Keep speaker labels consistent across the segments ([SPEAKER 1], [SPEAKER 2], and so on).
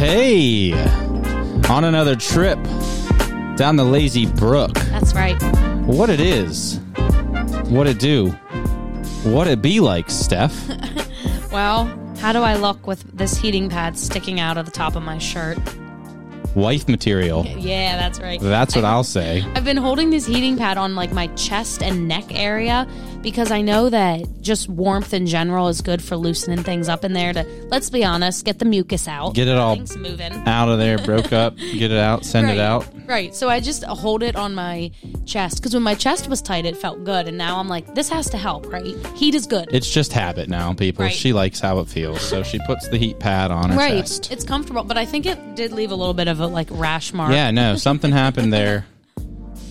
[SPEAKER 1] Hey, on another trip down the lazy brook.
[SPEAKER 2] That's right.
[SPEAKER 1] What it is, what it do, what it be like, Steph.
[SPEAKER 2] Well, how do I look with this heating pad sticking out of the top of my shirt?
[SPEAKER 1] Wife material.
[SPEAKER 2] Yeah, that's right.
[SPEAKER 1] That's what I'll say.
[SPEAKER 2] I've been holding this heating pad on like my chest and neck area because I know that just warmth in general is good for loosening things up in there to, let's be honest, get the mucus out.
[SPEAKER 1] Get it all
[SPEAKER 2] things moving.
[SPEAKER 1] out of there, broke up, get it out, send
[SPEAKER 2] right.
[SPEAKER 1] it out.
[SPEAKER 2] Right. So I just hold it on my chest because when my chest was tight, it felt good. And now I'm like, this has to help, right? Heat is good.
[SPEAKER 1] It's just habit now, people.
[SPEAKER 2] Right.
[SPEAKER 1] She likes how it feels, so she puts the heat pad on her
[SPEAKER 2] right.
[SPEAKER 1] chest.
[SPEAKER 2] It's comfortable. But I think it did leave a little bit of a like rash mark.
[SPEAKER 1] Yeah, no, something happened there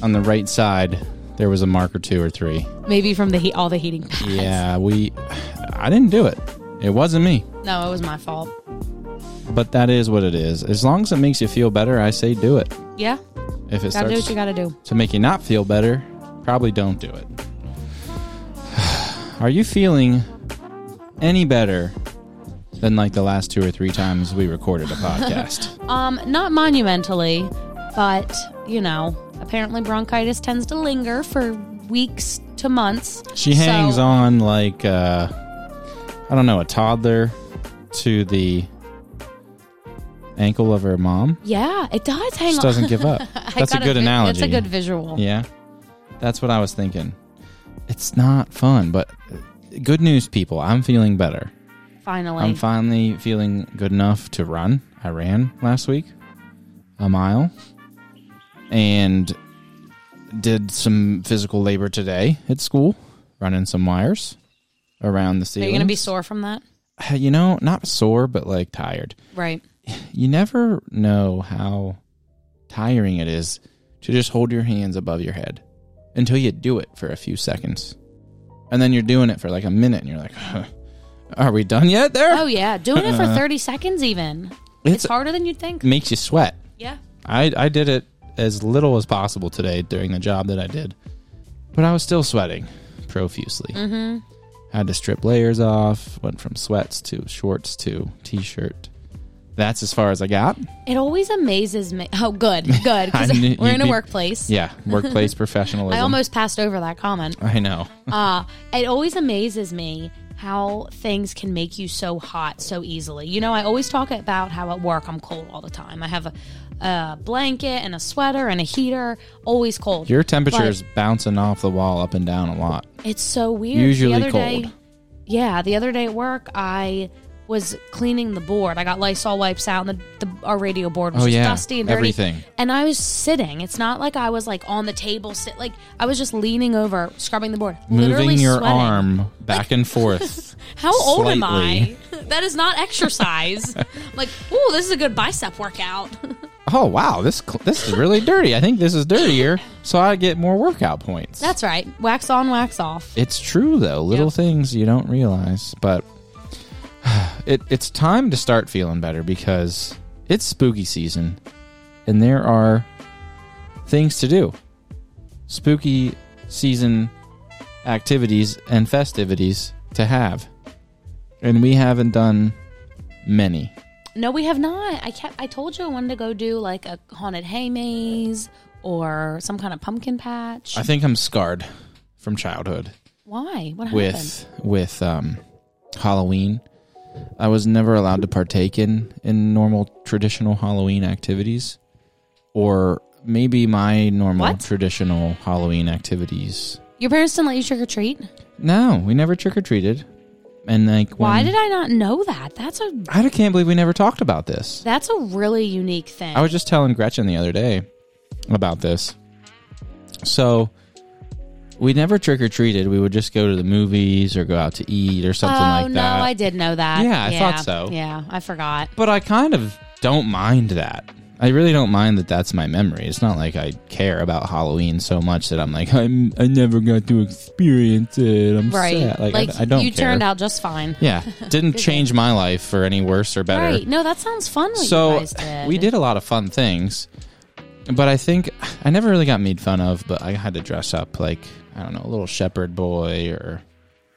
[SPEAKER 1] on the right side. There was a mark or two or three.
[SPEAKER 2] Maybe from the heat, all the heating pads.
[SPEAKER 1] Yeah, we. I didn't do it. It wasn't me.
[SPEAKER 2] No, it was my fault.
[SPEAKER 1] But that is what it is. As long as it makes you feel better, I say do it.
[SPEAKER 2] Yeah,
[SPEAKER 1] If it
[SPEAKER 2] gotta do
[SPEAKER 1] starts
[SPEAKER 2] what you gotta do.
[SPEAKER 1] to make you not feel better, probably don't do it. Are you feeling any better than like the last two or three times we recorded a podcast?
[SPEAKER 2] Um, not monumentally, but you know, apparently bronchitis tends to linger for weeks to months.
[SPEAKER 1] she
[SPEAKER 2] So-
[SPEAKER 1] hangs on like uh, I don't know, a toddler to the ankle of her mom.
[SPEAKER 2] Yeah, it does hang
[SPEAKER 1] Just
[SPEAKER 2] on.
[SPEAKER 1] doesn't give up.
[SPEAKER 2] I
[SPEAKER 1] That's a
[SPEAKER 2] gotta
[SPEAKER 1] good
[SPEAKER 2] vi-
[SPEAKER 1] analogy.
[SPEAKER 2] That's a good visual.
[SPEAKER 1] Yeah. That's what I was thinking. It's not fun, but uh, good news, people. I'm feeling better.
[SPEAKER 2] Finally,
[SPEAKER 1] I'm finally feeling good enough to run. I ran last week a mile and did some physical labor today at school, running some wires around the
[SPEAKER 2] are
[SPEAKER 1] ceiling.
[SPEAKER 2] you gonna be sore from that?
[SPEAKER 1] You know, not sore, but like tired.
[SPEAKER 2] Right.
[SPEAKER 1] You never know how tiring it is to just hold your hands above your head until you do it for a few seconds. And then you're doing it for like a minute and you're like, are we done yet there?
[SPEAKER 2] Oh yeah, doing it for
[SPEAKER 1] Uh-huh.
[SPEAKER 2] thirty seconds even.
[SPEAKER 1] It's-
[SPEAKER 2] It's, harder than you'd think.
[SPEAKER 1] makes you sweat.
[SPEAKER 2] Yeah.
[SPEAKER 1] I, I did it as little as possible today during the job that I did, but I was still sweating profusely.
[SPEAKER 2] Mm.
[SPEAKER 1] Mm-hmm. I had to strip layers off, went from sweats to shorts to t shirt. That's as far as I got.
[SPEAKER 2] It always amazes me. Oh, good, good. 'cause
[SPEAKER 1] I knew
[SPEAKER 2] we're
[SPEAKER 1] you'd
[SPEAKER 2] in a
[SPEAKER 1] be-
[SPEAKER 2] workplace.
[SPEAKER 1] Yeah, workplace professionalism.
[SPEAKER 2] I almost passed over that comment.
[SPEAKER 1] I know.
[SPEAKER 2] Uh, it always amazes me how things can make you so hot so easily. You know, I always talk about how at work I'm cold all the time. I have a, a blanket and a sweater and a heater, always cold.
[SPEAKER 1] Your temperature
[SPEAKER 2] But
[SPEAKER 1] is bouncing off the wall up and down a lot.
[SPEAKER 2] it's so weird. The
[SPEAKER 1] usually
[SPEAKER 2] other
[SPEAKER 1] cold.
[SPEAKER 2] Day, yeah, the other day at work, I was cleaning the board. I got Lysol wipes out, and the, the our radio board was
[SPEAKER 1] Oh,
[SPEAKER 2] just
[SPEAKER 1] yeah,
[SPEAKER 2] dusty and dirty.
[SPEAKER 1] everything.
[SPEAKER 2] And I was sitting. It's not like I was like on the table, sit like I was just leaning over, scrubbing the board, literally
[SPEAKER 1] Moving your
[SPEAKER 2] sweating.
[SPEAKER 1] arm back and forth.
[SPEAKER 2] How old am I?
[SPEAKER 1] Slightly.
[SPEAKER 2] That is not exercise. I'm like, ooh, this is a good bicep workout.
[SPEAKER 1] oh wow, this cl- this is really dirty. I think this is dirtier, so I get more workout points.
[SPEAKER 2] That's right. Wax on, wax off.
[SPEAKER 1] It's true though. Little
[SPEAKER 2] Yep.
[SPEAKER 1] things you don't realize, but it, it's time to start feeling better because it's spooky season, and there are things to do. Spooky season activities and festivities to have, and we haven't done many.
[SPEAKER 2] No, we have not. I kept. I told you I wanted to go do like a haunted hay maze or some kind of pumpkin patch.
[SPEAKER 1] I think I'm scarred from childhood.
[SPEAKER 2] Why? What happened?
[SPEAKER 1] with with um, Halloween. I was never allowed to partake in in normal traditional Halloween activities, or maybe my normal
[SPEAKER 2] What?
[SPEAKER 1] traditional Halloween activities.
[SPEAKER 2] Your parents didn't let you trick or treat.
[SPEAKER 1] No, we never trick or treated, and like when,
[SPEAKER 2] Why did I not know that? That's a
[SPEAKER 1] I? can't believe we never talked about this.
[SPEAKER 2] that's a really unique thing.
[SPEAKER 1] I was just telling Gretchen the other day about this. So we never trick or treated. We would just go to the movies or go out to eat or something
[SPEAKER 2] oh
[SPEAKER 1] like
[SPEAKER 2] no,
[SPEAKER 1] that.
[SPEAKER 2] I did know that.
[SPEAKER 1] Yeah, I thought so.
[SPEAKER 2] Yeah, I forgot.
[SPEAKER 1] But I kind of don't mind that. I really don't mind that that's my memory. It's not like I care about Halloween so much that I'm like I'm I never got to experience it. I'm
[SPEAKER 2] Right.
[SPEAKER 1] sad. Like, I- I, don't
[SPEAKER 2] You
[SPEAKER 1] care.
[SPEAKER 2] turned out just fine.
[SPEAKER 1] Yeah, didn't change my life for any worse or better.
[SPEAKER 2] Right. No, that sounds fun. What you
[SPEAKER 1] So
[SPEAKER 2] guys did.
[SPEAKER 1] we did a lot of fun things, but I think I never really got made fun of. But I had to dress up like I don't know, a little shepherd boy or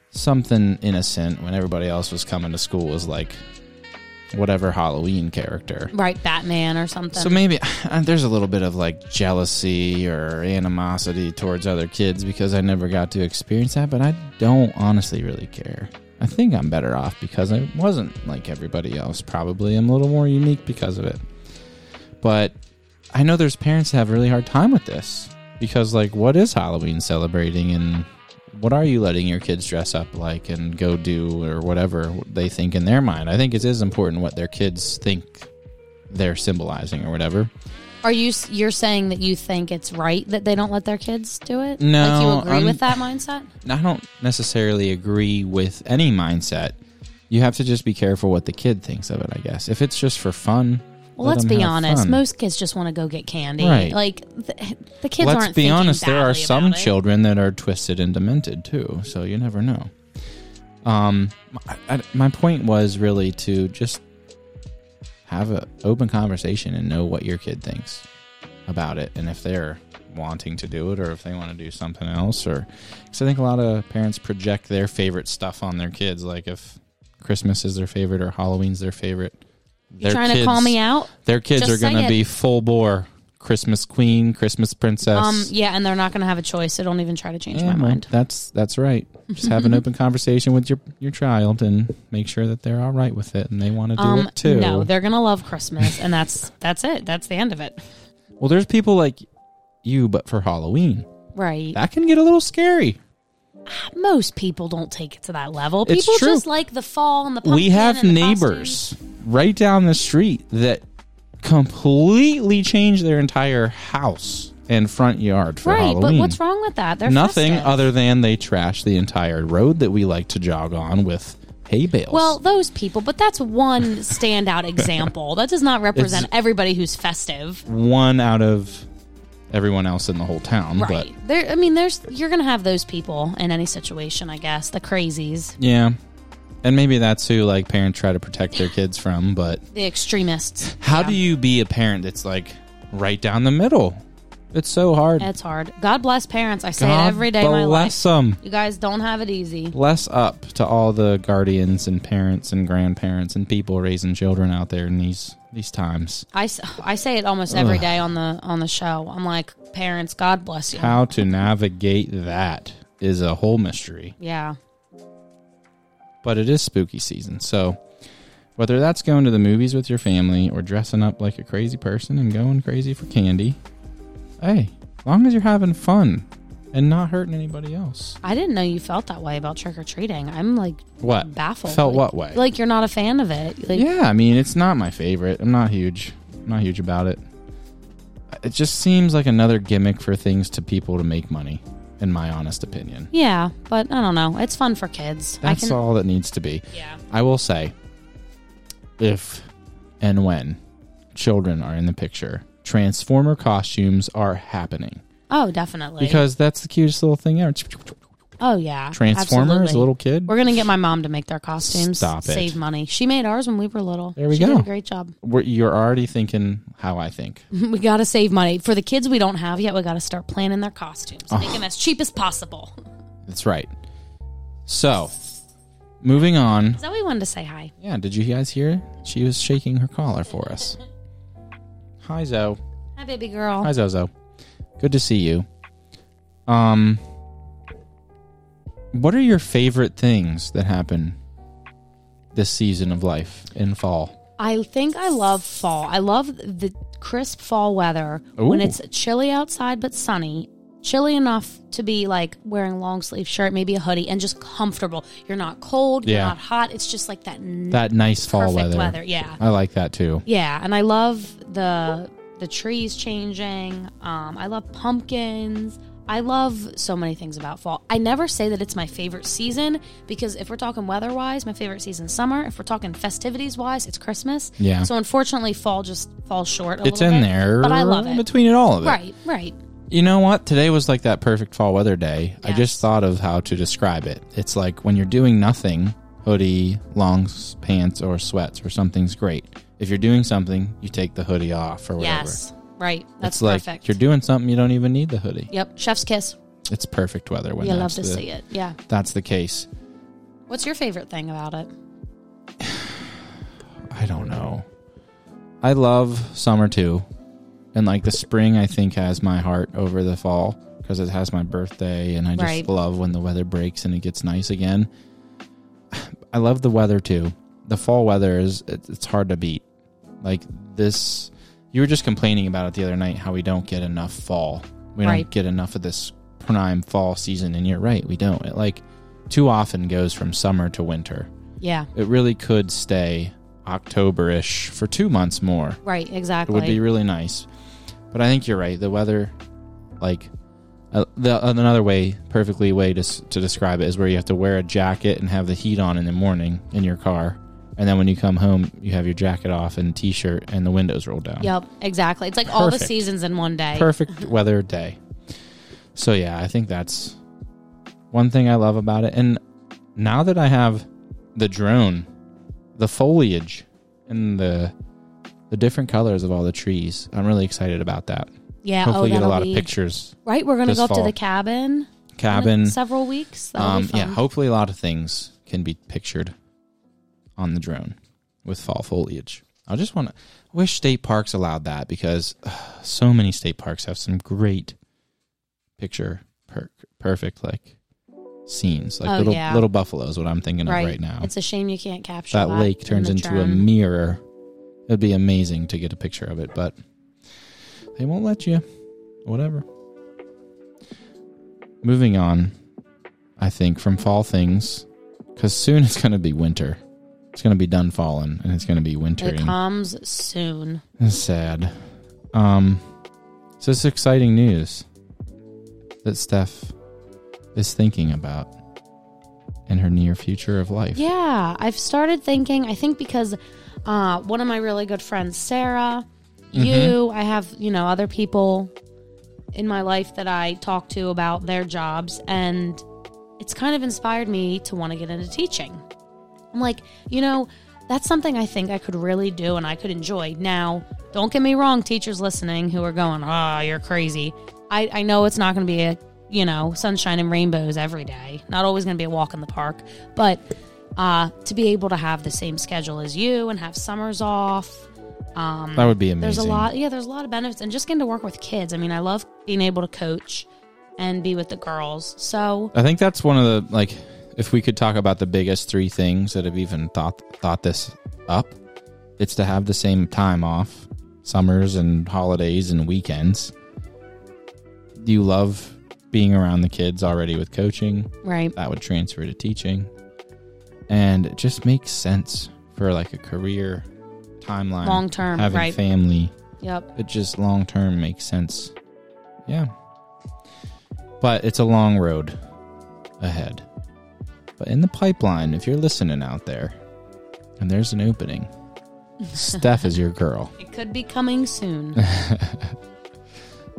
[SPEAKER 1] something innocent when everybody else was coming to school was like whatever Halloween character.
[SPEAKER 2] right? Batman or something.
[SPEAKER 1] So maybe uh, there's a little bit of like jealousy or animosity towards other kids because I never got to experience that, but I don't honestly really care. I think I'm better off because I wasn't like everybody else, probably. I'm a little more unique because of it. But I know there's parents that have a really hard time with this because, like, what is Halloween celebrating and what are you letting your kids dress up like and go do or whatever they think in their mind? I think it is important what their kids think they're symbolizing or whatever.
[SPEAKER 2] Are you s- you're saying that you think it's right that they don't let their kids do it?
[SPEAKER 1] No,
[SPEAKER 2] like you agree
[SPEAKER 1] I'm-
[SPEAKER 2] with that mindset?
[SPEAKER 1] And I don't necessarily agree with any mindset. You have to just be careful what the kid thinks of it, I guess. If it's just for fun,
[SPEAKER 2] Well,
[SPEAKER 1] let
[SPEAKER 2] let's
[SPEAKER 1] them
[SPEAKER 2] be
[SPEAKER 1] have
[SPEAKER 2] honest.
[SPEAKER 1] fun.
[SPEAKER 2] Most kids just want to go get candy.
[SPEAKER 1] Right.
[SPEAKER 2] Like the, the kids
[SPEAKER 1] let's
[SPEAKER 2] aren't.
[SPEAKER 1] be
[SPEAKER 2] thinking
[SPEAKER 1] honest, there are
[SPEAKER 2] badly
[SPEAKER 1] some
[SPEAKER 2] about it.
[SPEAKER 1] children that are twisted and demented too, so you never know. Um, I, I- my point was really to just have an open conversation and know what your kid thinks about it, and if they're wanting to do it or if they want to do something else, or because I think a lot of parents project their favorite stuff on their kids, like if Christmas is their favorite or Halloween's their favorite.
[SPEAKER 2] You trying to call me out?
[SPEAKER 1] Their kids
[SPEAKER 2] Just
[SPEAKER 1] are going
[SPEAKER 2] say
[SPEAKER 1] to
[SPEAKER 2] it.
[SPEAKER 1] be full bore Christmas queen, Christmas princess.
[SPEAKER 2] Um, yeah, and they're not going to have a choice. So don't even try to change
[SPEAKER 1] Yeah,
[SPEAKER 2] my
[SPEAKER 1] well,
[SPEAKER 2] mind.
[SPEAKER 1] That's that's right. Just have an open conversation with your your child and make sure that they're all right with it and they want to do
[SPEAKER 2] Um,
[SPEAKER 1] it too.
[SPEAKER 2] no, they're going to love Christmas, and that's that's it. That's the end of it.
[SPEAKER 1] well, there's people like you, but for Halloween,
[SPEAKER 2] Right.
[SPEAKER 1] that can get a little scary.
[SPEAKER 2] Most people don't take it to that level.
[SPEAKER 1] It's
[SPEAKER 2] People
[SPEAKER 1] true.
[SPEAKER 2] just like the fall and the pumpkin
[SPEAKER 1] we have
[SPEAKER 2] and the costumes.
[SPEAKER 1] neighbors right down the street that completely change their entire house and front yard for
[SPEAKER 2] Right,
[SPEAKER 1] Halloween.
[SPEAKER 2] but what's wrong with that? They're
[SPEAKER 1] Nothing
[SPEAKER 2] festive.
[SPEAKER 1] other than they trash the entire road that we like to jog on with hay bales.
[SPEAKER 2] Well, those people, but that's one standout example. That does not represent everybody who's festive,
[SPEAKER 1] one out of everyone else in the whole town, but
[SPEAKER 2] right? There, I mean, there's you're gonna have those people in any situation, I guess. The crazies,
[SPEAKER 1] Yeah. And maybe that's who like parents try to protect their kids from, but
[SPEAKER 2] the extremists.
[SPEAKER 1] how do you be a parent that's like right down the middle? It's so hard.
[SPEAKER 2] It's hard. God bless parents. I say
[SPEAKER 1] God
[SPEAKER 2] it every day of my life.
[SPEAKER 1] bless them.
[SPEAKER 2] You guys don't have it easy.
[SPEAKER 1] Bless up to all the guardians and parents and grandparents and people raising children out there in these these times.
[SPEAKER 2] I, s- I say it almost every day on the on the show. I'm like, parents, God bless you.
[SPEAKER 1] How to navigate that is a whole mystery.
[SPEAKER 2] yeah.
[SPEAKER 1] but it is spooky season. So whether that's going to the movies with your family or dressing up like a crazy person and going crazy for candy, hey, as long as you're having fun and not hurting anybody else.
[SPEAKER 2] I didn't know you felt that way about trick or treating. I'm like
[SPEAKER 1] What?
[SPEAKER 2] baffled.
[SPEAKER 1] Felt what
[SPEAKER 2] Like-
[SPEAKER 1] way?
[SPEAKER 2] Like you're not a fan of it. Like,
[SPEAKER 1] yeah, I mean, it's not my favorite. I'm not huge. I'm not huge about it. It just seems like another gimmick for things to people to make money, in my honest opinion.
[SPEAKER 2] Yeah, but I don't know. It's fun for kids. I
[SPEAKER 1] That's
[SPEAKER 2] can,
[SPEAKER 1] all that needs to be.
[SPEAKER 2] Yeah.
[SPEAKER 1] I will say, if and when children are in the picture, Transformer costumes are happening
[SPEAKER 2] Oh, definitely.
[SPEAKER 1] because that's the cutest little thing ever.
[SPEAKER 2] oh yeah,
[SPEAKER 1] Transformer is
[SPEAKER 2] absolutely.
[SPEAKER 1] a little kid.
[SPEAKER 2] We're gonna get my mom to make their costumes.
[SPEAKER 1] Stop it.
[SPEAKER 2] Save money. She made ours when we were little.
[SPEAKER 1] There we
[SPEAKER 2] she
[SPEAKER 1] go.
[SPEAKER 2] Did a great job.
[SPEAKER 1] We're, you're already thinking how I think.
[SPEAKER 2] We gotta save money for the kids we don't have yet. We gotta start planning their costumes, make them as cheap as possible.
[SPEAKER 1] That's right. So, moving on.
[SPEAKER 2] Zoe wanted to say hi.
[SPEAKER 1] Yeah, did you guys hear? She was shaking her collar for us. Hi, Zoe.
[SPEAKER 2] Hi, baby girl.
[SPEAKER 1] Hi, Zozo. Good to see you. Um, what are your favorite things that happen this season of life in fall?
[SPEAKER 2] I think I love fall. I love the crisp fall weather when
[SPEAKER 1] Ooh.
[SPEAKER 2] it's chilly outside but sunny. Chilly enough to be like wearing long sleeve shirt, maybe a hoodie, and just comfortable. You're not cold,
[SPEAKER 1] Yeah.
[SPEAKER 2] you're not hot. It's just like that. n-
[SPEAKER 1] That nice fall
[SPEAKER 2] Perfect
[SPEAKER 1] weather.
[SPEAKER 2] weather, yeah.
[SPEAKER 1] I like that too.
[SPEAKER 2] yeah, and I love the the trees changing. Um, I love pumpkins. I love so many things about fall. I never say that it's my favorite season because if we're talking weather wise, my favorite season is summer. If we're talking festivities wise, it's Christmas.
[SPEAKER 1] Yeah.
[SPEAKER 2] So unfortunately, fall just falls short. A
[SPEAKER 1] It's
[SPEAKER 2] little
[SPEAKER 1] in
[SPEAKER 2] bit,
[SPEAKER 1] there,
[SPEAKER 2] but I love
[SPEAKER 1] in
[SPEAKER 2] it.
[SPEAKER 1] between it all of it.
[SPEAKER 2] Right, right.
[SPEAKER 1] You know what? Today was like that perfect fall weather day. I just
[SPEAKER 2] Yes.
[SPEAKER 1] thought of how to describe it. It's like when you're doing nothing, hoodie, long s- pants, or sweats, or something's great. If you're doing something, you take the hoodie off or whatever.
[SPEAKER 2] Yes, right. That's
[SPEAKER 1] it's like
[SPEAKER 2] perfect.
[SPEAKER 1] you're doing something you don't even need the hoodie.
[SPEAKER 2] yep, chef's kiss.
[SPEAKER 1] It's perfect weather when
[SPEAKER 2] You
[SPEAKER 1] that's
[SPEAKER 2] love to
[SPEAKER 1] the,
[SPEAKER 2] see it. Yeah.
[SPEAKER 1] that's the case.
[SPEAKER 2] What's your favorite thing about it?
[SPEAKER 1] I don't know. I love summer too. And like the spring, I think, has my heart over the fall because it has my birthday. And I just
[SPEAKER 2] Right.
[SPEAKER 1] love when the weather breaks and it gets nice again. I love the weather too. The fall weather is, it, it's hard to beat. Like this, you were just complaining about it the other night how we don't get enough fall. We
[SPEAKER 2] Right.
[SPEAKER 1] don't get enough of this prime fall season. And you're right, we don't. It like too often goes from summer to winter
[SPEAKER 2] Yeah,
[SPEAKER 1] it really could stay October-ish for two months more.
[SPEAKER 2] right,
[SPEAKER 1] It
[SPEAKER 2] exactly.
[SPEAKER 1] would be really nice. But I think you're right. The weather, like, uh, the, another way, perfectly way to, s- to describe it is where you have to wear a jacket and have the heat on in the morning in your car. And then when you come home, you have your jacket off and t t-shirt and the windows rolled down.
[SPEAKER 2] Yep, exactly. It's like all the
[SPEAKER 1] Perfect.
[SPEAKER 2] seasons in one day.
[SPEAKER 1] Perfect weather day. So yeah, I think that's one thing I love about it. And now that I have the drone, the foliage and the the different colors of all the trees, I'm really excited about that.
[SPEAKER 2] Yeah,
[SPEAKER 1] Hopefully
[SPEAKER 2] oh,
[SPEAKER 1] get a
[SPEAKER 2] that'll
[SPEAKER 1] lot
[SPEAKER 2] be
[SPEAKER 1] of pictures.
[SPEAKER 2] Right, we're gonna
[SPEAKER 1] this
[SPEAKER 2] go up to
[SPEAKER 1] fall.
[SPEAKER 2] the cabin.
[SPEAKER 1] Cabin.
[SPEAKER 2] in several weeks. That'll be
[SPEAKER 1] Um,
[SPEAKER 2] fun.
[SPEAKER 1] yeah, hopefully a lot of things can be pictured on the drone with fall foliage. I just want to wish state parks allowed that because ugh, so many state parks have some great picture per- perfect like scenes, like
[SPEAKER 2] Oh,
[SPEAKER 1] little
[SPEAKER 2] yeah.
[SPEAKER 1] little buffaloes. What I'm thinking
[SPEAKER 2] right.
[SPEAKER 1] of right now.
[SPEAKER 2] It's a shame you can't capture
[SPEAKER 1] that
[SPEAKER 2] that,
[SPEAKER 1] lake
[SPEAKER 2] in
[SPEAKER 1] turns
[SPEAKER 2] the
[SPEAKER 1] into a
[SPEAKER 2] drone.
[SPEAKER 1] mirror. It'd be amazing to get a picture of it, but they won't let you. Whatever. Moving on, I think, from fall things, because soon it's going to be winter. It's going to be done falling, and it's going to be
[SPEAKER 2] It
[SPEAKER 1] wintering.
[SPEAKER 2] comes soon.
[SPEAKER 1] It's sad. Um, so it's exciting news that Steph is thinking about in her near future of life.
[SPEAKER 2] Yeah, I've started thinking. I think because uh, one of my really good friends, Sarah, you, I have you know other people in my life that I talk to about their jobs, and it's kind of inspired me to want to get into teaching. I'm like, you know, that's something I think I could really do and I could enjoy. Now, don't get me wrong, teachers listening who are going, ah, you're crazy. I, I know it's not going to be a, you know, sunshine and rainbows every day. Not always going to be a walk in the park, but uh, to be able to have the same schedule as you and have summers off. Um,
[SPEAKER 1] That would be amazing.
[SPEAKER 2] there's a lot, yeah, there's a lot of benefits. And just getting to work with kids. I mean, I love being able to coach and be with the girls. So,
[SPEAKER 1] I think that's one of the like if we could talk about the biggest three things that have even thought thought this up, it's to have the same time off, summers and holidays and weekends. Do you love being around the kids already with coaching?
[SPEAKER 2] right.
[SPEAKER 1] That would transfer to teaching. And it just makes sense for like a career timeline.
[SPEAKER 2] Long term,
[SPEAKER 1] having
[SPEAKER 2] right.
[SPEAKER 1] family
[SPEAKER 2] Yep.
[SPEAKER 1] it just long term makes sense. Yeah. But it's a long road ahead. But in the pipeline, if you're listening out there and there's an opening, Steph is your girl.
[SPEAKER 2] It could be coming soon.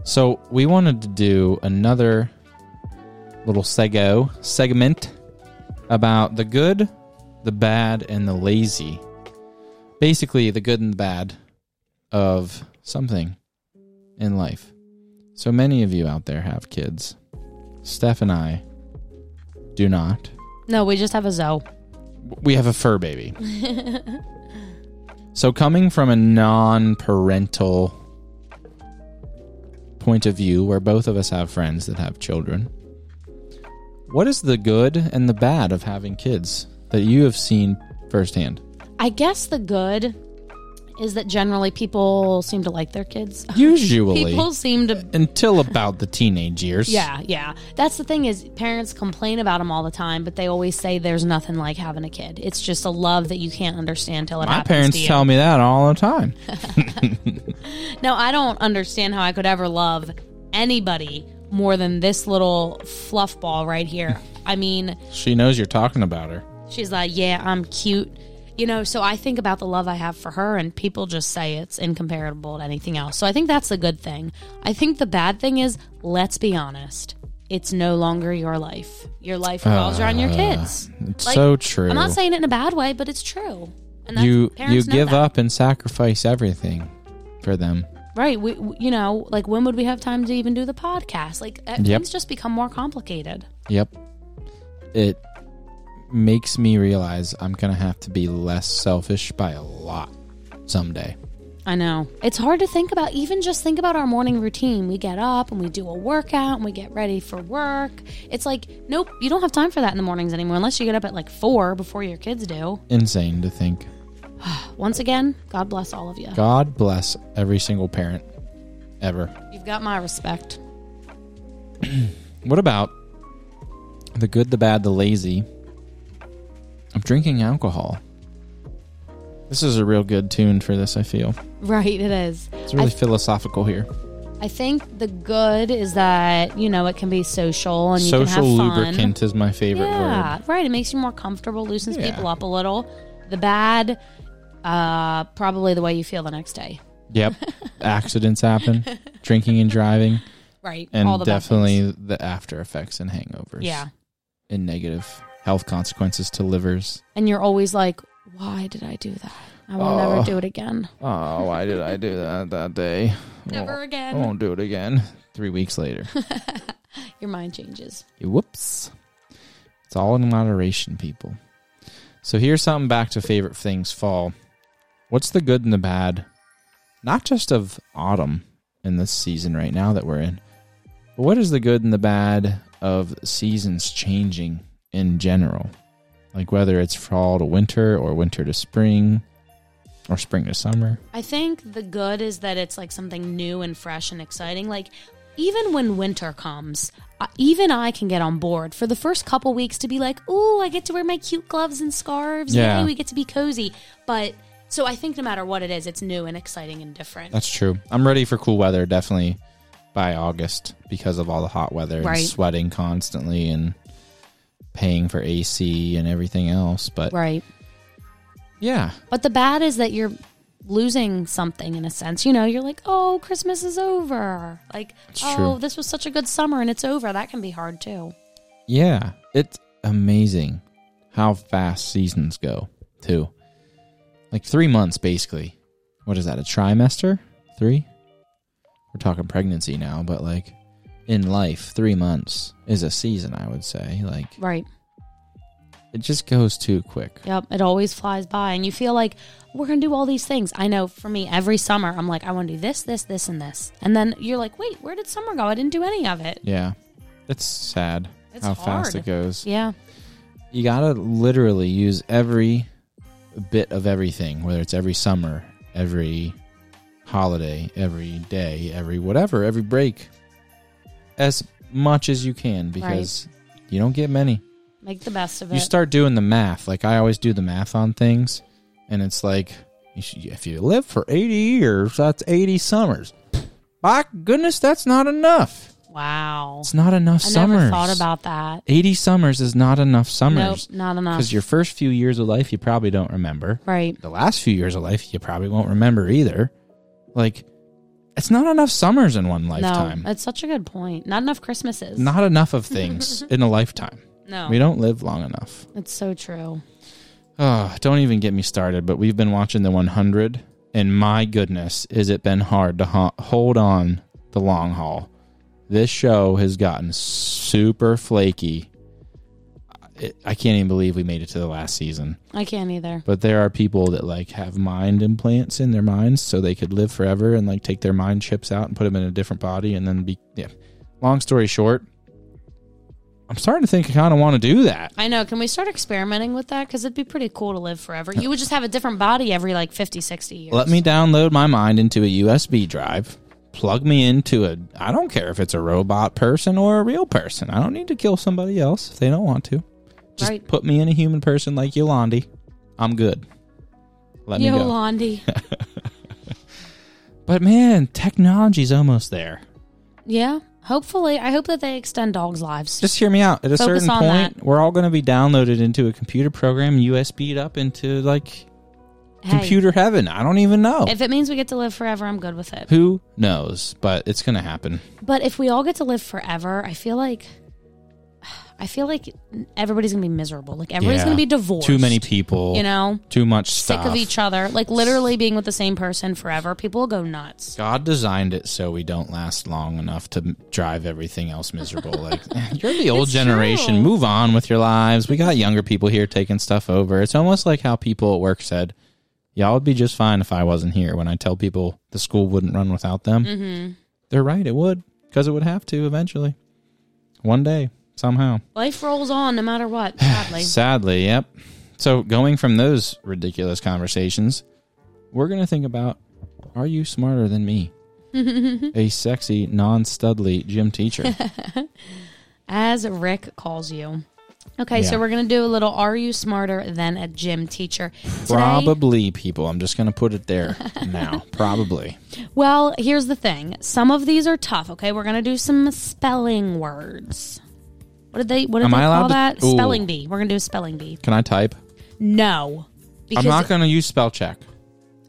[SPEAKER 1] So we wanted to do another little sego segment about the good, the bad, and the lazy. Basically, the good and the bad of something in life. So many of you out there have kids. Steph and I do not.
[SPEAKER 2] no, we just have a zoo.
[SPEAKER 1] We have a fur baby. so, coming from a non parental point of view, where both of us have friends that have children, what is the good and the bad of having kids that you have seen firsthand?
[SPEAKER 2] I guess the good is that generally people seem to like their kids.
[SPEAKER 1] Usually,
[SPEAKER 2] People seem to
[SPEAKER 1] until about the teenage years.
[SPEAKER 2] Yeah, yeah. That's the thing is parents complain about them all the time, but they always say there's nothing like having a kid. It's just a love that you can't understand till it
[SPEAKER 1] My
[SPEAKER 2] happens to
[SPEAKER 1] parents
[SPEAKER 2] you.
[SPEAKER 1] tell me that all the time.
[SPEAKER 2] No, I don't understand how I could ever love anybody more than this little fluff ball right here. I mean,
[SPEAKER 1] She knows you're talking about her.
[SPEAKER 2] She's like, yeah, I'm cute. You know, so I think about the love I have for her, and people just say it's incomparable to anything else. So I think that's a good thing. I think the bad thing is, let's be honest, it's no longer your life. Your life revolves around your kids.
[SPEAKER 1] It's
[SPEAKER 2] Like,
[SPEAKER 1] so Ah, true.
[SPEAKER 2] I'm not saying it in a bad way, but it's true. And that's,
[SPEAKER 1] you you
[SPEAKER 2] parents know
[SPEAKER 1] give
[SPEAKER 2] that.
[SPEAKER 1] up and sacrifice everything for them.
[SPEAKER 2] right? We, we- you know, like when would we have time to even do the podcast? Like uh,
[SPEAKER 1] Yep.
[SPEAKER 2] things just become more complicated.
[SPEAKER 1] Yep. It makes me realize I'm going to have to be less selfish by a lot someday.
[SPEAKER 2] I know. It's hard to think about, even just think about our morning routine. We get up and we do a workout and we get ready for work. It's like, nope, you don't have time for that in the mornings anymore unless you get up at like four before your kids do.
[SPEAKER 1] Insane to think.
[SPEAKER 2] Once again, God bless all of you.
[SPEAKER 1] God bless every single parent ever.
[SPEAKER 2] You've got my respect.
[SPEAKER 1] What about the good, the bad, the lazy of drinking alcohol? This is a real good tune for this, I feel.
[SPEAKER 2] Right, it is.
[SPEAKER 1] It's really
[SPEAKER 2] I-
[SPEAKER 1] philosophical here.
[SPEAKER 2] I think the good is that, you know, it can be social and you
[SPEAKER 1] Social
[SPEAKER 2] can have fun.
[SPEAKER 1] lubricant is my favorite
[SPEAKER 2] Yeah,
[SPEAKER 1] word.
[SPEAKER 2] right. It makes you more comfortable, loosens
[SPEAKER 1] Yeah.
[SPEAKER 2] people up a little. The bad, uh, probably the way you feel the next day.
[SPEAKER 1] Yep. Accidents happen, drinking and driving,
[SPEAKER 2] Right.
[SPEAKER 1] and
[SPEAKER 2] All the bad things.
[SPEAKER 1] definitely the after effects and hangovers.
[SPEAKER 2] Yeah.
[SPEAKER 1] And negative health consequences to livers.
[SPEAKER 2] And you're always like, why did I do that? I will
[SPEAKER 1] Oh.
[SPEAKER 2] never do it again.
[SPEAKER 1] Oh, why did I do that that day?
[SPEAKER 2] Never
[SPEAKER 1] I
[SPEAKER 2] again.
[SPEAKER 1] won't do it again. Three weeks later.
[SPEAKER 2] Your mind changes.
[SPEAKER 1] Whoops. It's all in moderation, people. So here's something back to favorite things fall. What's the good and the bad, not just of autumn in this season right now that we're in, but what is the good and the bad of seasons changing in general? Like whether it's fall to winter or winter to spring or spring to summer.
[SPEAKER 2] I think the good is that it's like something new and fresh and exciting. Like, even when winter comes, I- even I can get on board for the first couple weeks to be like, "Ooh, I get to wear my cute gloves and scarves.
[SPEAKER 1] Yeah.
[SPEAKER 2] Yay, we get to be cozy." But so I think no matter what it is, it's new and exciting and different.
[SPEAKER 1] That's true. I'm ready for cool weather definitely by August because of all the hot weather
[SPEAKER 2] Right.
[SPEAKER 1] and sweating constantly and paying for AC and everything else. But
[SPEAKER 2] right.
[SPEAKER 1] yeah,
[SPEAKER 2] But the bad is that you're losing something in a sense. You know, you're like, "Oh, Christmas is over." Like,
[SPEAKER 1] It's
[SPEAKER 2] "Oh,
[SPEAKER 1] true.
[SPEAKER 2] this was such a good summer and it's over." That can be hard too.
[SPEAKER 1] yeah, it's amazing how fast seasons go too. Like three months basically. What is that? A trimester? Three? We're talking pregnancy now, but like in life, three months is a season, I would say. Like
[SPEAKER 2] Right.
[SPEAKER 1] it just goes too quick.
[SPEAKER 2] Yep, it always flies by, and you feel like we're gonna do all these things. I know for me, every summer, I'm like, I want to do this, this, this, and this, and then you're like, wait, where did summer go? I didn't do any of it.
[SPEAKER 1] Yeah. It's sad
[SPEAKER 2] It's
[SPEAKER 1] how fast
[SPEAKER 2] hard.
[SPEAKER 1] it goes.
[SPEAKER 2] Yeah,
[SPEAKER 1] You got to literally use every bit of everything, whether it's every summer, every holiday, every day, every whatever, every break, as much as you can because you don't get many.
[SPEAKER 2] make the best of it.
[SPEAKER 1] You start doing the math. Like I always do the math on things, and it's like you should- if you live for 80 years, that's 80 summers. My goodness, that's not enough.
[SPEAKER 2] wow,
[SPEAKER 1] It's not enough
[SPEAKER 2] I
[SPEAKER 1] summers.
[SPEAKER 2] never thought about that.
[SPEAKER 1] 80 summers is not enough summers
[SPEAKER 2] Nope, not enough.
[SPEAKER 1] because your first few years of life you probably don't remember
[SPEAKER 2] right,
[SPEAKER 1] the last few years of life you probably won't remember either like it's not enough summers in one lifetime
[SPEAKER 2] no, it's such a good point. Not enough Christmases.
[SPEAKER 1] not enough of things in a lifetime
[SPEAKER 2] no,
[SPEAKER 1] we don't live long enough
[SPEAKER 2] it's so true.
[SPEAKER 1] oh don't even get me started but we've been watching the 100 and my goodness is it been hard to ho- hold on the long haul this show has gotten super flaky It- I can't even believe we made it to the last season.
[SPEAKER 2] I can't either.
[SPEAKER 1] but there are people that like have mind implants in their minds so they could live forever and like take their mind chips out and put them in a different body and then be yeah long story short i'm starting to think i kind of want to do that
[SPEAKER 2] I know. Can we start experimenting with that? Because it'd be pretty cool to live forever. You would just have a different body every like 50, 60 years.
[SPEAKER 1] let me download my mind into a usb drive plug me into a i don't care if it's a robot person or a real person i don't need to kill somebody else if they don't want to just
[SPEAKER 2] Right.
[SPEAKER 1] put me in a human person like yolandi i'm good let me go
[SPEAKER 2] Yolandi.
[SPEAKER 1] but man technology's almost there
[SPEAKER 2] Yeah, hopefully. I hope that they extend dogs' lives.
[SPEAKER 1] just hear me out. At a
[SPEAKER 2] Focus
[SPEAKER 1] certain
[SPEAKER 2] on
[SPEAKER 1] point, we're all going to be downloaded into a computer program, USB'd up into like
[SPEAKER 2] Hey,
[SPEAKER 1] computer heaven. I don't even know.
[SPEAKER 2] If it means we get to live forever, I'm good with it.
[SPEAKER 1] Who knows? But it's going to happen.
[SPEAKER 2] But if we all get to live forever, I feel like I I feel like everybody's gonna be miserable. Like everybody's
[SPEAKER 1] Yeah.
[SPEAKER 2] gonna be divorced.
[SPEAKER 1] Too many people.
[SPEAKER 2] you know,
[SPEAKER 1] Too much
[SPEAKER 2] sick
[SPEAKER 1] stuff.
[SPEAKER 2] of each other. Like literally being with the same person forever. People will go nuts.
[SPEAKER 1] God designed it so we don't last long enough to m- drive everything else miserable. Like you're the old
[SPEAKER 2] It's
[SPEAKER 1] generation.
[SPEAKER 2] true.
[SPEAKER 1] Move on with your lives. We got younger people here taking stuff over. It's almost like how people at work said, "Y'all would be just fine if I wasn't here." When I tell people the school wouldn't run without them,
[SPEAKER 2] Mm-hmm.
[SPEAKER 1] they're right. It would because it would have to eventually, one day somehow.
[SPEAKER 2] Life rolls on no matter what. Sadly,
[SPEAKER 1] Sadly, yep. So going from those ridiculous conversations, we're going to think about are you smarter than me? A sexy, non studly gym teacher.
[SPEAKER 2] as Rick calls you. Okay,
[SPEAKER 1] Yeah.
[SPEAKER 2] so we're gonna do a little. Are you smarter than a gym teacher? Today-
[SPEAKER 1] Probably, people. I'm just going to put it there now. Probably.
[SPEAKER 2] Well, here's the thing. Some of these are tough. Okay, we're gonna do some spelling words. What did they? What did
[SPEAKER 1] Am
[SPEAKER 2] they
[SPEAKER 1] I
[SPEAKER 2] call
[SPEAKER 1] allowed to-
[SPEAKER 2] that?
[SPEAKER 1] Ooh.
[SPEAKER 2] Spelling bee. We're gonna do a spelling bee.
[SPEAKER 1] Can I type?
[SPEAKER 2] No, because
[SPEAKER 1] I'm not going to use spell check.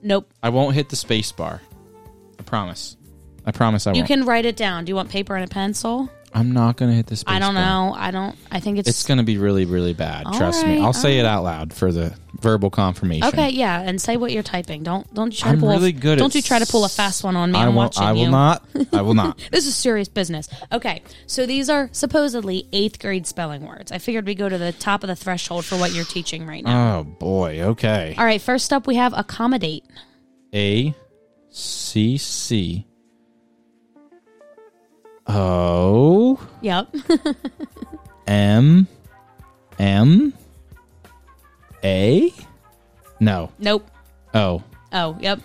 [SPEAKER 2] nope.
[SPEAKER 1] I won't hit the space bar. I promise. I promise I
[SPEAKER 2] You
[SPEAKER 1] won't.
[SPEAKER 2] can write it down. Do you want paper and a pencil?
[SPEAKER 1] I'm not going to hit the space
[SPEAKER 2] I don't
[SPEAKER 1] bar.
[SPEAKER 2] know. I don't. I think it's,
[SPEAKER 1] It's going to be really, really bad. trust me.
[SPEAKER 2] right,
[SPEAKER 1] I'll say
[SPEAKER 2] all
[SPEAKER 1] it out loud for the verbal confirmation.
[SPEAKER 2] okay. Yeah, and say what you're typing. Don't don't you try
[SPEAKER 1] I'm
[SPEAKER 2] to pull.
[SPEAKER 1] really
[SPEAKER 2] a,
[SPEAKER 1] good.
[SPEAKER 2] Don't
[SPEAKER 1] at
[SPEAKER 2] you try to pull a fast one on me.
[SPEAKER 1] I
[SPEAKER 2] I'm
[SPEAKER 1] will,
[SPEAKER 2] watching
[SPEAKER 1] I will
[SPEAKER 2] you.
[SPEAKER 1] not. I will not.
[SPEAKER 2] This is serious business. Okay, so these are supposedly eighth grade spelling words. I figured we go to the top of the threshold for what you're teaching right now.
[SPEAKER 1] Oh boy. Okay.
[SPEAKER 2] All right, first up we have accommodate.
[SPEAKER 1] A C C O
[SPEAKER 2] Yep.
[SPEAKER 1] M M A. No.
[SPEAKER 2] nope.
[SPEAKER 1] O
[SPEAKER 2] Oh, yep.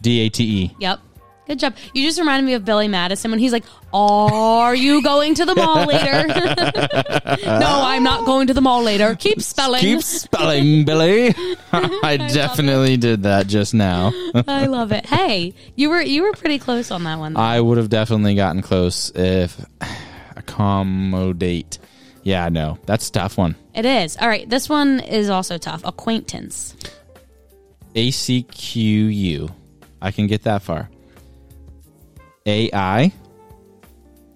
[SPEAKER 1] D A T E.
[SPEAKER 2] Yep. Good job. You just reminded me of Billy Madison when he's like, Are you going to the mall later? no, I'm not going to the mall later. Keep spelling.
[SPEAKER 1] Keep spelling, Billy. I definitely did that just now.
[SPEAKER 2] I love it. Hey, you were you were pretty close on that one. though.
[SPEAKER 1] I would have definitely gotten close if accommodate. Yeah, no, that's a tough one.
[SPEAKER 2] it is. All right, this one is also tough. Acquaintance.
[SPEAKER 1] A C Q U. I can get that far. A I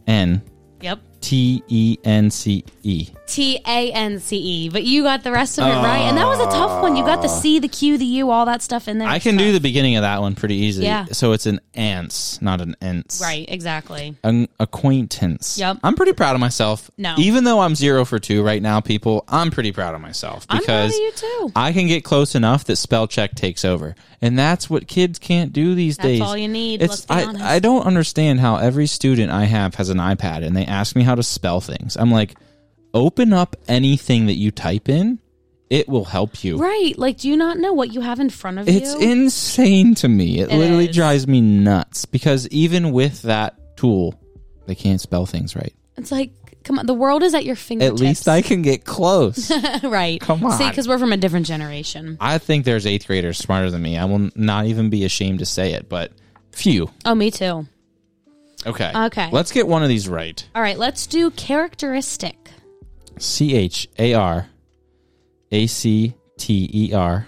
[SPEAKER 1] N
[SPEAKER 2] Yep.
[SPEAKER 1] T E N C E.
[SPEAKER 2] T A N C E. But you got the rest of it right. And that was a tough one. You got the C, the Q, the U, all that stuff in there.
[SPEAKER 1] I can do the beginning of that one pretty easily.
[SPEAKER 2] Yeah.
[SPEAKER 1] So it's an ants, not an ents.
[SPEAKER 2] Right, exactly.
[SPEAKER 1] An acquaintance.
[SPEAKER 2] Yep.
[SPEAKER 1] I'm pretty proud of myself.
[SPEAKER 2] No.
[SPEAKER 1] Even though I'm zero for two right now, people, I'm pretty proud of myself
[SPEAKER 2] I'm proud of
[SPEAKER 1] because
[SPEAKER 2] you too.
[SPEAKER 1] I can get close enough that spell check takes over, and that's what kids can't do these
[SPEAKER 2] That's
[SPEAKER 1] days.
[SPEAKER 2] all you need,
[SPEAKER 1] It's,
[SPEAKER 2] let's be
[SPEAKER 1] I,
[SPEAKER 2] honest.
[SPEAKER 1] I don't understand how every student I have has an iPad, and they ask me how to spell things. I'm like, open up anything that you type in; it will help you.
[SPEAKER 2] Right. Like, do you not know what you have in front of
[SPEAKER 1] It's
[SPEAKER 2] you?
[SPEAKER 1] insane to me. It,
[SPEAKER 2] It
[SPEAKER 1] literally
[SPEAKER 2] is.
[SPEAKER 1] drives me nuts because even with that tool, they can't spell things right.
[SPEAKER 2] It's like, come on, the world is at your
[SPEAKER 1] At
[SPEAKER 2] fingertips.
[SPEAKER 1] least I can get close.
[SPEAKER 2] right.
[SPEAKER 1] Come on.
[SPEAKER 2] See, because we're from a different generation.
[SPEAKER 1] I think there's eighth graders smarter than me. I will not even be ashamed to say it, but few.
[SPEAKER 2] Oh, me too.
[SPEAKER 1] Okay.
[SPEAKER 2] Okay.
[SPEAKER 1] Let's get one of these right.
[SPEAKER 2] All right, let's do characteristic.
[SPEAKER 1] C H A R A C T E R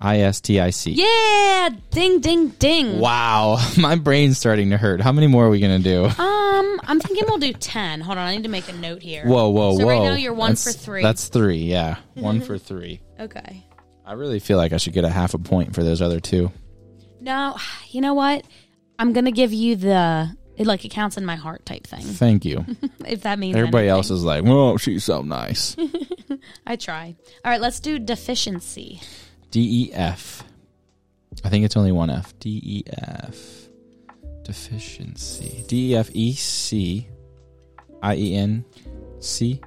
[SPEAKER 1] I S T I C.
[SPEAKER 2] Yeah, ding, ding, ding.
[SPEAKER 1] Wow. My brain's starting to hurt. How many more are we going to do?
[SPEAKER 2] Um, I'm thinking we'll do ten. Hold on, I need to make a note here.
[SPEAKER 1] Whoa, whoa, whoa.
[SPEAKER 2] So right now you're one
[SPEAKER 1] That's-
[SPEAKER 2] for three.
[SPEAKER 1] That's three, yeah. One for three.
[SPEAKER 2] okay.
[SPEAKER 1] I really feel like I should get a half a point for those other two.
[SPEAKER 2] No, you know what? I'm gonna give you the it, like it counts in my heart type thing.
[SPEAKER 1] Thank you.
[SPEAKER 2] If that means
[SPEAKER 1] Everybody
[SPEAKER 2] anything.
[SPEAKER 1] else is like, whoa, she's so nice.
[SPEAKER 2] I try. All right, let's do deficiency.
[SPEAKER 1] D E F. I think it's only one F. D E F. Deficiency. D E F E C I E N C.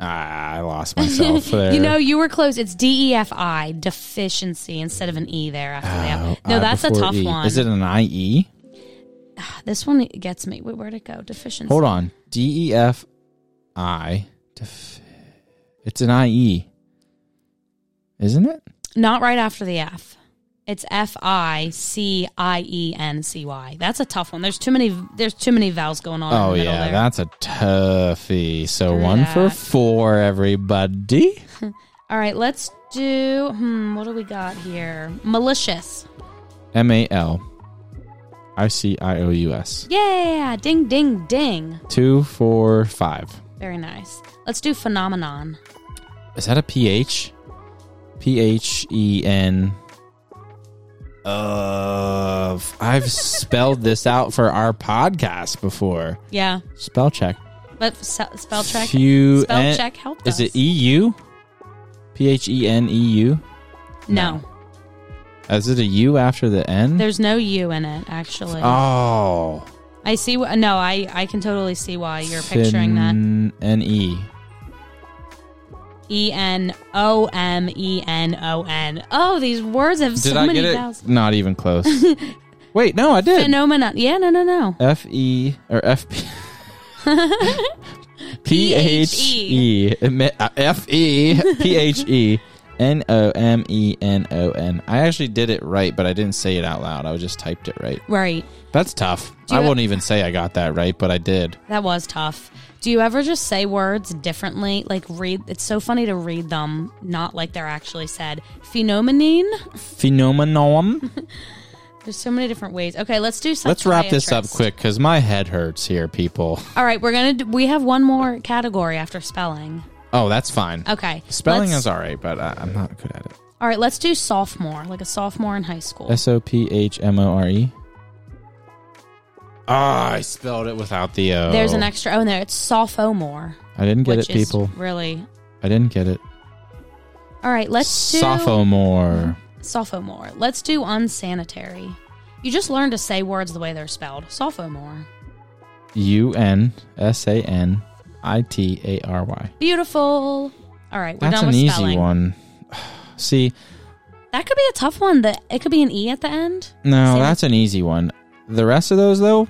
[SPEAKER 1] Ah, I lost myself there.
[SPEAKER 2] You know, you were close. It's D E F I deficiency instead of an E there after
[SPEAKER 1] Oh,
[SPEAKER 2] the. No,
[SPEAKER 1] I
[SPEAKER 2] that's a
[SPEAKER 1] before
[SPEAKER 2] tough
[SPEAKER 1] E.
[SPEAKER 2] one.
[SPEAKER 1] Is it an I E?
[SPEAKER 2] This one gets me. Wait, where'd it go? Deficiency.
[SPEAKER 1] Hold on. D E F I. Def- it's an I E. Isn't it?
[SPEAKER 2] Not right after the F. It's F I C I E N C Y. That's a tough one. There's too many. There's too many vowels going on.
[SPEAKER 1] Oh
[SPEAKER 2] in the middle
[SPEAKER 1] yeah,
[SPEAKER 2] there.
[SPEAKER 1] that's a toughie. So
[SPEAKER 2] Screw
[SPEAKER 1] one for
[SPEAKER 2] that.
[SPEAKER 1] four, everybody.
[SPEAKER 2] All right, let's do. Hmm, what do we got here? Malicious.
[SPEAKER 1] M A L I C I O U S.
[SPEAKER 2] Yeah, ding, ding, ding.
[SPEAKER 1] Two, four, five.
[SPEAKER 2] Very nice. Let's do phenomenon.
[SPEAKER 1] Is that a PH? P H E N. Uh, I've spelled this out for our podcast before.
[SPEAKER 2] Yeah,
[SPEAKER 1] Spell check.
[SPEAKER 2] but se- spell check.
[SPEAKER 1] Few-
[SPEAKER 2] spell
[SPEAKER 1] eh,
[SPEAKER 2] check helped
[SPEAKER 1] Is
[SPEAKER 2] us.
[SPEAKER 1] it E U? P H E N E U?
[SPEAKER 2] No.
[SPEAKER 1] Is it a U after the N?
[SPEAKER 2] there's no you in it. Actually,
[SPEAKER 1] oh.
[SPEAKER 2] I see. wh- No, I I can totally see why you're picturing that.
[SPEAKER 1] that. N E.
[SPEAKER 2] E N O M E N O N. Oh, these words have
[SPEAKER 1] Did
[SPEAKER 2] so
[SPEAKER 1] I
[SPEAKER 2] many
[SPEAKER 1] get it?
[SPEAKER 2] vowels.
[SPEAKER 1] Not even close. Wait, no, I did.
[SPEAKER 2] Phenomenon. Yeah, no, no, no.
[SPEAKER 1] F E or F P. P H E F E P H E N O M E N O N. I actually did it right, but I didn't say it out loud. I just typed it right.
[SPEAKER 2] Right.
[SPEAKER 1] That's tough.
[SPEAKER 2] you
[SPEAKER 1] I
[SPEAKER 2] have-
[SPEAKER 1] won't even say I got that right, but I did.
[SPEAKER 2] That was tough. Do you ever just say words differently? Like read it's so funny to read them not like they're actually said. Phenomenine.
[SPEAKER 1] Phenomenon.
[SPEAKER 2] There's so many different ways. Okay, let's do some
[SPEAKER 1] Let's wrap this up
[SPEAKER 2] psychiatrist.
[SPEAKER 1] quick because my head hurts here, people.
[SPEAKER 2] All right, we're going to we have one more category after spelling.
[SPEAKER 1] Oh, that's fine.
[SPEAKER 2] Okay.
[SPEAKER 1] Spelling
[SPEAKER 2] Uh, let's-
[SPEAKER 1] is all right, but I, I'm not good at it.
[SPEAKER 2] All right, let's do sophomore, like a sophomore in high school.
[SPEAKER 1] S O P H M O R E. Ah, I spelled it without the O.
[SPEAKER 2] There's an extra O in there. It's sophomore.
[SPEAKER 1] I didn't get it,
[SPEAKER 2] which is
[SPEAKER 1] people.
[SPEAKER 2] Really.
[SPEAKER 1] I didn't get it.
[SPEAKER 2] All right, let's do
[SPEAKER 1] Sophomore.
[SPEAKER 2] sophomore. Let's do unsanitary. You just learn to say words the way they're spelled. Sophomore.
[SPEAKER 1] U N S A N I T A R Y.
[SPEAKER 2] Beautiful. All right, we're
[SPEAKER 1] That's
[SPEAKER 2] done
[SPEAKER 1] an
[SPEAKER 2] with
[SPEAKER 1] easy
[SPEAKER 2] spelling.
[SPEAKER 1] one. See,
[SPEAKER 2] That could be a tough one. That it could be an e at the end.
[SPEAKER 1] no,
[SPEAKER 2] Same.
[SPEAKER 1] that's an easy one. The rest of those, though,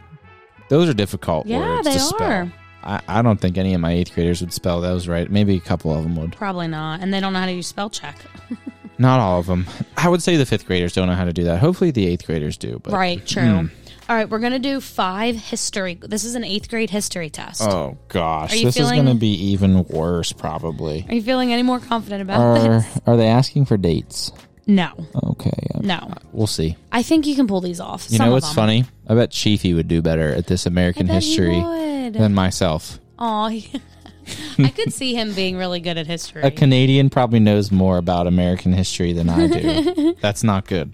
[SPEAKER 1] those are difficult
[SPEAKER 2] Yeah,
[SPEAKER 1] words
[SPEAKER 2] they
[SPEAKER 1] to spell.
[SPEAKER 2] are.
[SPEAKER 1] I, I don't think any of my eighth graders would spell those right. Maybe a couple of them would.
[SPEAKER 2] Probably not. And they don't know how to use spell check.
[SPEAKER 1] Not all of them. I would say the fifth graders don't know how to do that. Hopefully, the eighth graders do. But hmm.
[SPEAKER 2] right. True. All right, we're gonna do five history. This is an eighth grade history test.
[SPEAKER 1] Oh gosh,
[SPEAKER 2] Are you
[SPEAKER 1] this
[SPEAKER 2] feeling-
[SPEAKER 1] is going to be even worse, probably.
[SPEAKER 2] Are you feeling any more confident about
[SPEAKER 1] Are
[SPEAKER 2] this?
[SPEAKER 1] Are they asking for dates?
[SPEAKER 2] No.
[SPEAKER 1] Okay, uh,
[SPEAKER 2] No.
[SPEAKER 1] we'll see.
[SPEAKER 2] I think you can pull these off.
[SPEAKER 1] You
[SPEAKER 2] Some
[SPEAKER 1] know
[SPEAKER 2] of
[SPEAKER 1] what's
[SPEAKER 2] them.
[SPEAKER 1] funny? I bet Chiefy would do better at this
[SPEAKER 2] I
[SPEAKER 1] American
[SPEAKER 2] bet
[SPEAKER 1] history
[SPEAKER 2] He would.
[SPEAKER 1] than myself.
[SPEAKER 2] Aw, he- I could see him being really good at history.
[SPEAKER 1] A Canadian probably knows more about American history than I do. That's not good.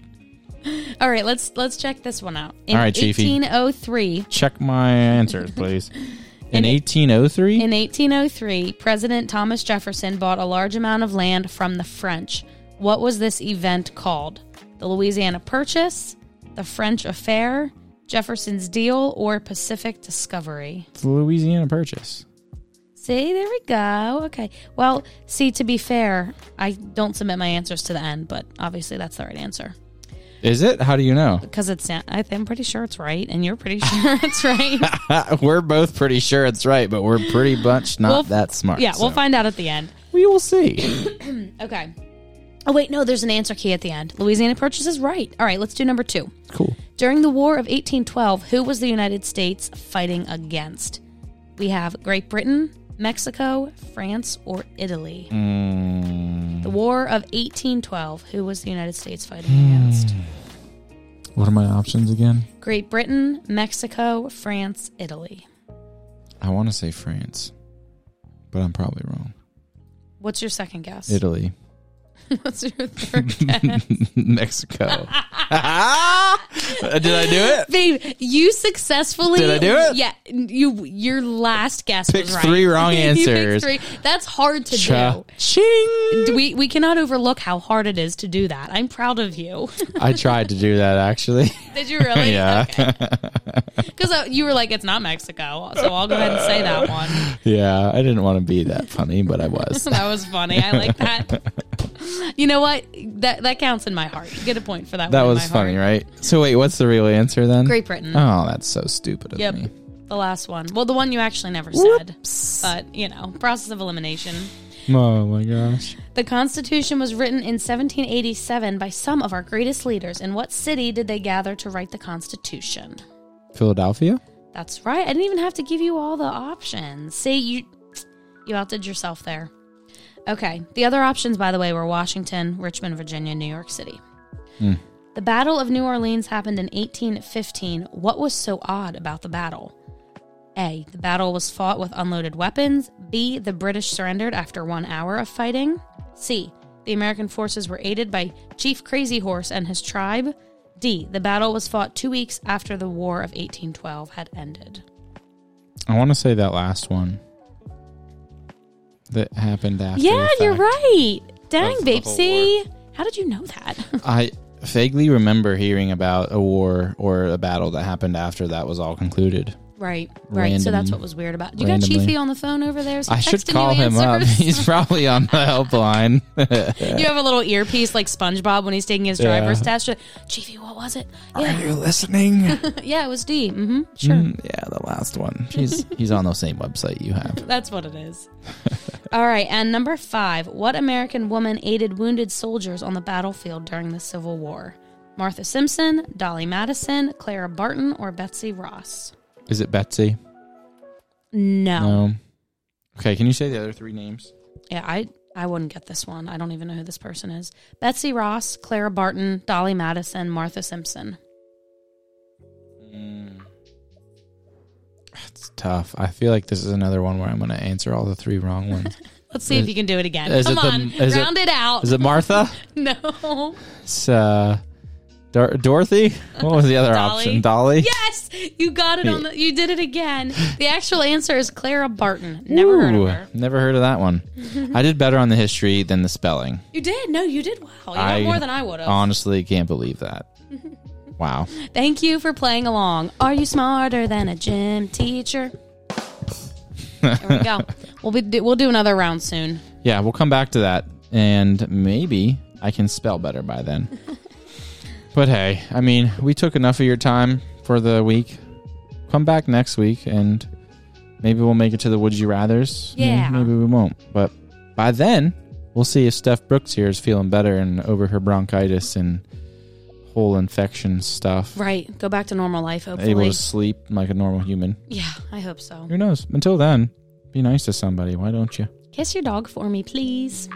[SPEAKER 2] All right, let's let's check this one out. In
[SPEAKER 1] All right, Chiefy.
[SPEAKER 2] 1803,
[SPEAKER 1] Check my answers, please. In 1803,
[SPEAKER 2] In 1803, President Thomas Jefferson bought a large amount of land from the French. What was this event called? The Louisiana Purchase, the French Affair, Jefferson's Deal, or Pacific Discovery?
[SPEAKER 1] it's the Louisiana Purchase.
[SPEAKER 2] See, there we go. Okay. Well, see, to be fair, I don't submit my answers to the end, but obviously that's the right answer
[SPEAKER 1] Is it? How do you know?
[SPEAKER 2] because it's. I- I'm pretty sure it's right, and you're pretty sure it's right.
[SPEAKER 1] we're both pretty sure it's right, but we're pretty much not
[SPEAKER 2] We'll-
[SPEAKER 1] that smart.
[SPEAKER 2] yeah, we'll
[SPEAKER 1] so
[SPEAKER 2] find out at the end.
[SPEAKER 1] we will see.
[SPEAKER 2] Okay. Oh, wait, no, there's an answer key at the end. Louisiana Purchase is right. All right, let's do number two.
[SPEAKER 1] Cool.
[SPEAKER 2] During the War of 1812, who was the United States fighting against? We have Great Britain, Mexico, France, or Italy.
[SPEAKER 1] Mm.
[SPEAKER 2] The War of 1812, who was the United States fighting against?
[SPEAKER 1] What are my options again?
[SPEAKER 2] Great Britain, Mexico, France, Italy.
[SPEAKER 1] I want to say France, but I'm probably wrong.
[SPEAKER 2] What's your second guess?
[SPEAKER 1] Italy,
[SPEAKER 2] What's your third guess?
[SPEAKER 1] Mexico. Did I do it?
[SPEAKER 2] Babe, you successfully
[SPEAKER 1] Did I do it?
[SPEAKER 2] Yeah, you your last guess
[SPEAKER 1] Picked
[SPEAKER 2] was right.
[SPEAKER 1] three wrong
[SPEAKER 2] You picked
[SPEAKER 1] answers.
[SPEAKER 2] three. That's hard to do.
[SPEAKER 1] Cha-ching.
[SPEAKER 2] Do We we cannot overlook how hard it is to do that. I'm proud of you.
[SPEAKER 1] I tried to do that actually.
[SPEAKER 2] Did you really?
[SPEAKER 1] Yeah.
[SPEAKER 2] Because you were like, it's not Mexico, so I'll go ahead and say that one.
[SPEAKER 1] Yeah, I didn't want to be that funny, but I was.
[SPEAKER 2] That was funny. I like that. You know what? That that counts in my heart. You get a point for that.
[SPEAKER 1] That
[SPEAKER 2] one in
[SPEAKER 1] was
[SPEAKER 2] my
[SPEAKER 1] funny,
[SPEAKER 2] heart.
[SPEAKER 1] right? So wait, what's the real answer then?
[SPEAKER 2] Great Britain.
[SPEAKER 1] Oh, that's so stupid of
[SPEAKER 2] Yep.
[SPEAKER 1] me.
[SPEAKER 2] The last one. Well, the one you actually never said. But, you know, process of elimination.
[SPEAKER 1] Oh my gosh.
[SPEAKER 2] The Constitution was written in 1787 by some of our greatest leaders. In what city did they gather to write the Constitution?
[SPEAKER 1] Philadelphia?
[SPEAKER 2] That's right. I didn't even have to give you all the options. See, you you outdid yourself there. Okay. The other options, by the way, were Washington, Richmond, Virginia, New York City. The Battle of New Orleans happened in 1815. What was so odd about the battle? A. The battle was fought with unloaded weapons. B. The British surrendered after one hour of fighting. C. The American forces were aided by Chief Crazy Horse and his tribe. D. The battle was fought two weeks after the War of 1812 had ended.
[SPEAKER 1] I want to say that last one that happened after.
[SPEAKER 2] yeah,
[SPEAKER 1] the
[SPEAKER 2] you're
[SPEAKER 1] fact.
[SPEAKER 2] right. Dang,
[SPEAKER 1] Of the whole
[SPEAKER 2] Babesy. How did you know that?
[SPEAKER 1] I vaguely remember hearing about a war or a battle that happened after that was all concluded.
[SPEAKER 2] right, right. so that's
[SPEAKER 1] Random-
[SPEAKER 2] what was weird about. You
[SPEAKER 1] randomly.
[SPEAKER 2] got Chiefy on the phone over there. So
[SPEAKER 1] I should
[SPEAKER 2] texting
[SPEAKER 1] call
[SPEAKER 2] you
[SPEAKER 1] him up.
[SPEAKER 2] answers.
[SPEAKER 1] He's probably on the helpline.
[SPEAKER 2] You have a little earpiece like SpongeBob when he's taking his
[SPEAKER 1] Yeah.
[SPEAKER 2] driver's test. You're like, Chiefy, what was it? Yeah,
[SPEAKER 1] you listening?
[SPEAKER 2] yeah, it was D. Mm-hmm. Sure.
[SPEAKER 1] yeah, the last one. He's he's on the same website you have.
[SPEAKER 2] That's what it is. All right, and number five. What American woman aided wounded soldiers on the battlefield during the Civil War? Martha Simpson, Dolly Madison, Clara Barton, or Betsy Ross?
[SPEAKER 1] Is it Betsy?
[SPEAKER 2] No.
[SPEAKER 1] No. Okay, can you say the other three names?
[SPEAKER 2] Yeah, I, I wouldn't get this one. I don't even know who this person is. Betsy Ross, Clara Barton, Dolly Madison, Martha Simpson.
[SPEAKER 1] It's tough. I feel like this is another one where I'm going to answer all the three wrong ones.
[SPEAKER 2] Let's see if you can do it again.
[SPEAKER 1] is it
[SPEAKER 2] Come
[SPEAKER 1] the-
[SPEAKER 2] on,
[SPEAKER 1] is it-
[SPEAKER 2] round it, out.
[SPEAKER 1] Is it Martha?
[SPEAKER 2] no.
[SPEAKER 1] It's uh, Dor- Dorothy. What was the other
[SPEAKER 2] Dolly.
[SPEAKER 1] option? Dolly.
[SPEAKER 2] Yes, you got it on the. You did it again. The actual answer is Clara Barton. Never heard of
[SPEAKER 1] Ooh,
[SPEAKER 2] her.
[SPEAKER 1] Never heard of that one. I did better on the history than the spelling.
[SPEAKER 2] You did. No, you did well. You
[SPEAKER 1] I
[SPEAKER 2] got more than I would have.
[SPEAKER 1] Honestly, can't believe that. Wow.
[SPEAKER 2] Thank you for playing along. Are you smarter than a gym teacher? There we go. We'll be we'll do another round soon.
[SPEAKER 1] Yeah, we'll come back to that, and maybe I can spell better by then. but hey, I mean, we took enough of your time for the week. Come back next week, and maybe we'll make it to the Would You Rather's. Maybe-
[SPEAKER 2] Yeah.
[SPEAKER 1] Maybe we won't. But by then, we'll see if Steph Brooks here is feeling better and over her bronchitis and whole infection stuff.
[SPEAKER 2] Right. Go back to normal life.
[SPEAKER 1] Able
[SPEAKER 2] Hopefully.
[SPEAKER 1] to sleep like a normal human.
[SPEAKER 2] Yeah, I hope so.
[SPEAKER 1] Who knows? Until then, be nice to somebody. Why don't you?
[SPEAKER 2] Kiss your dog for me, please.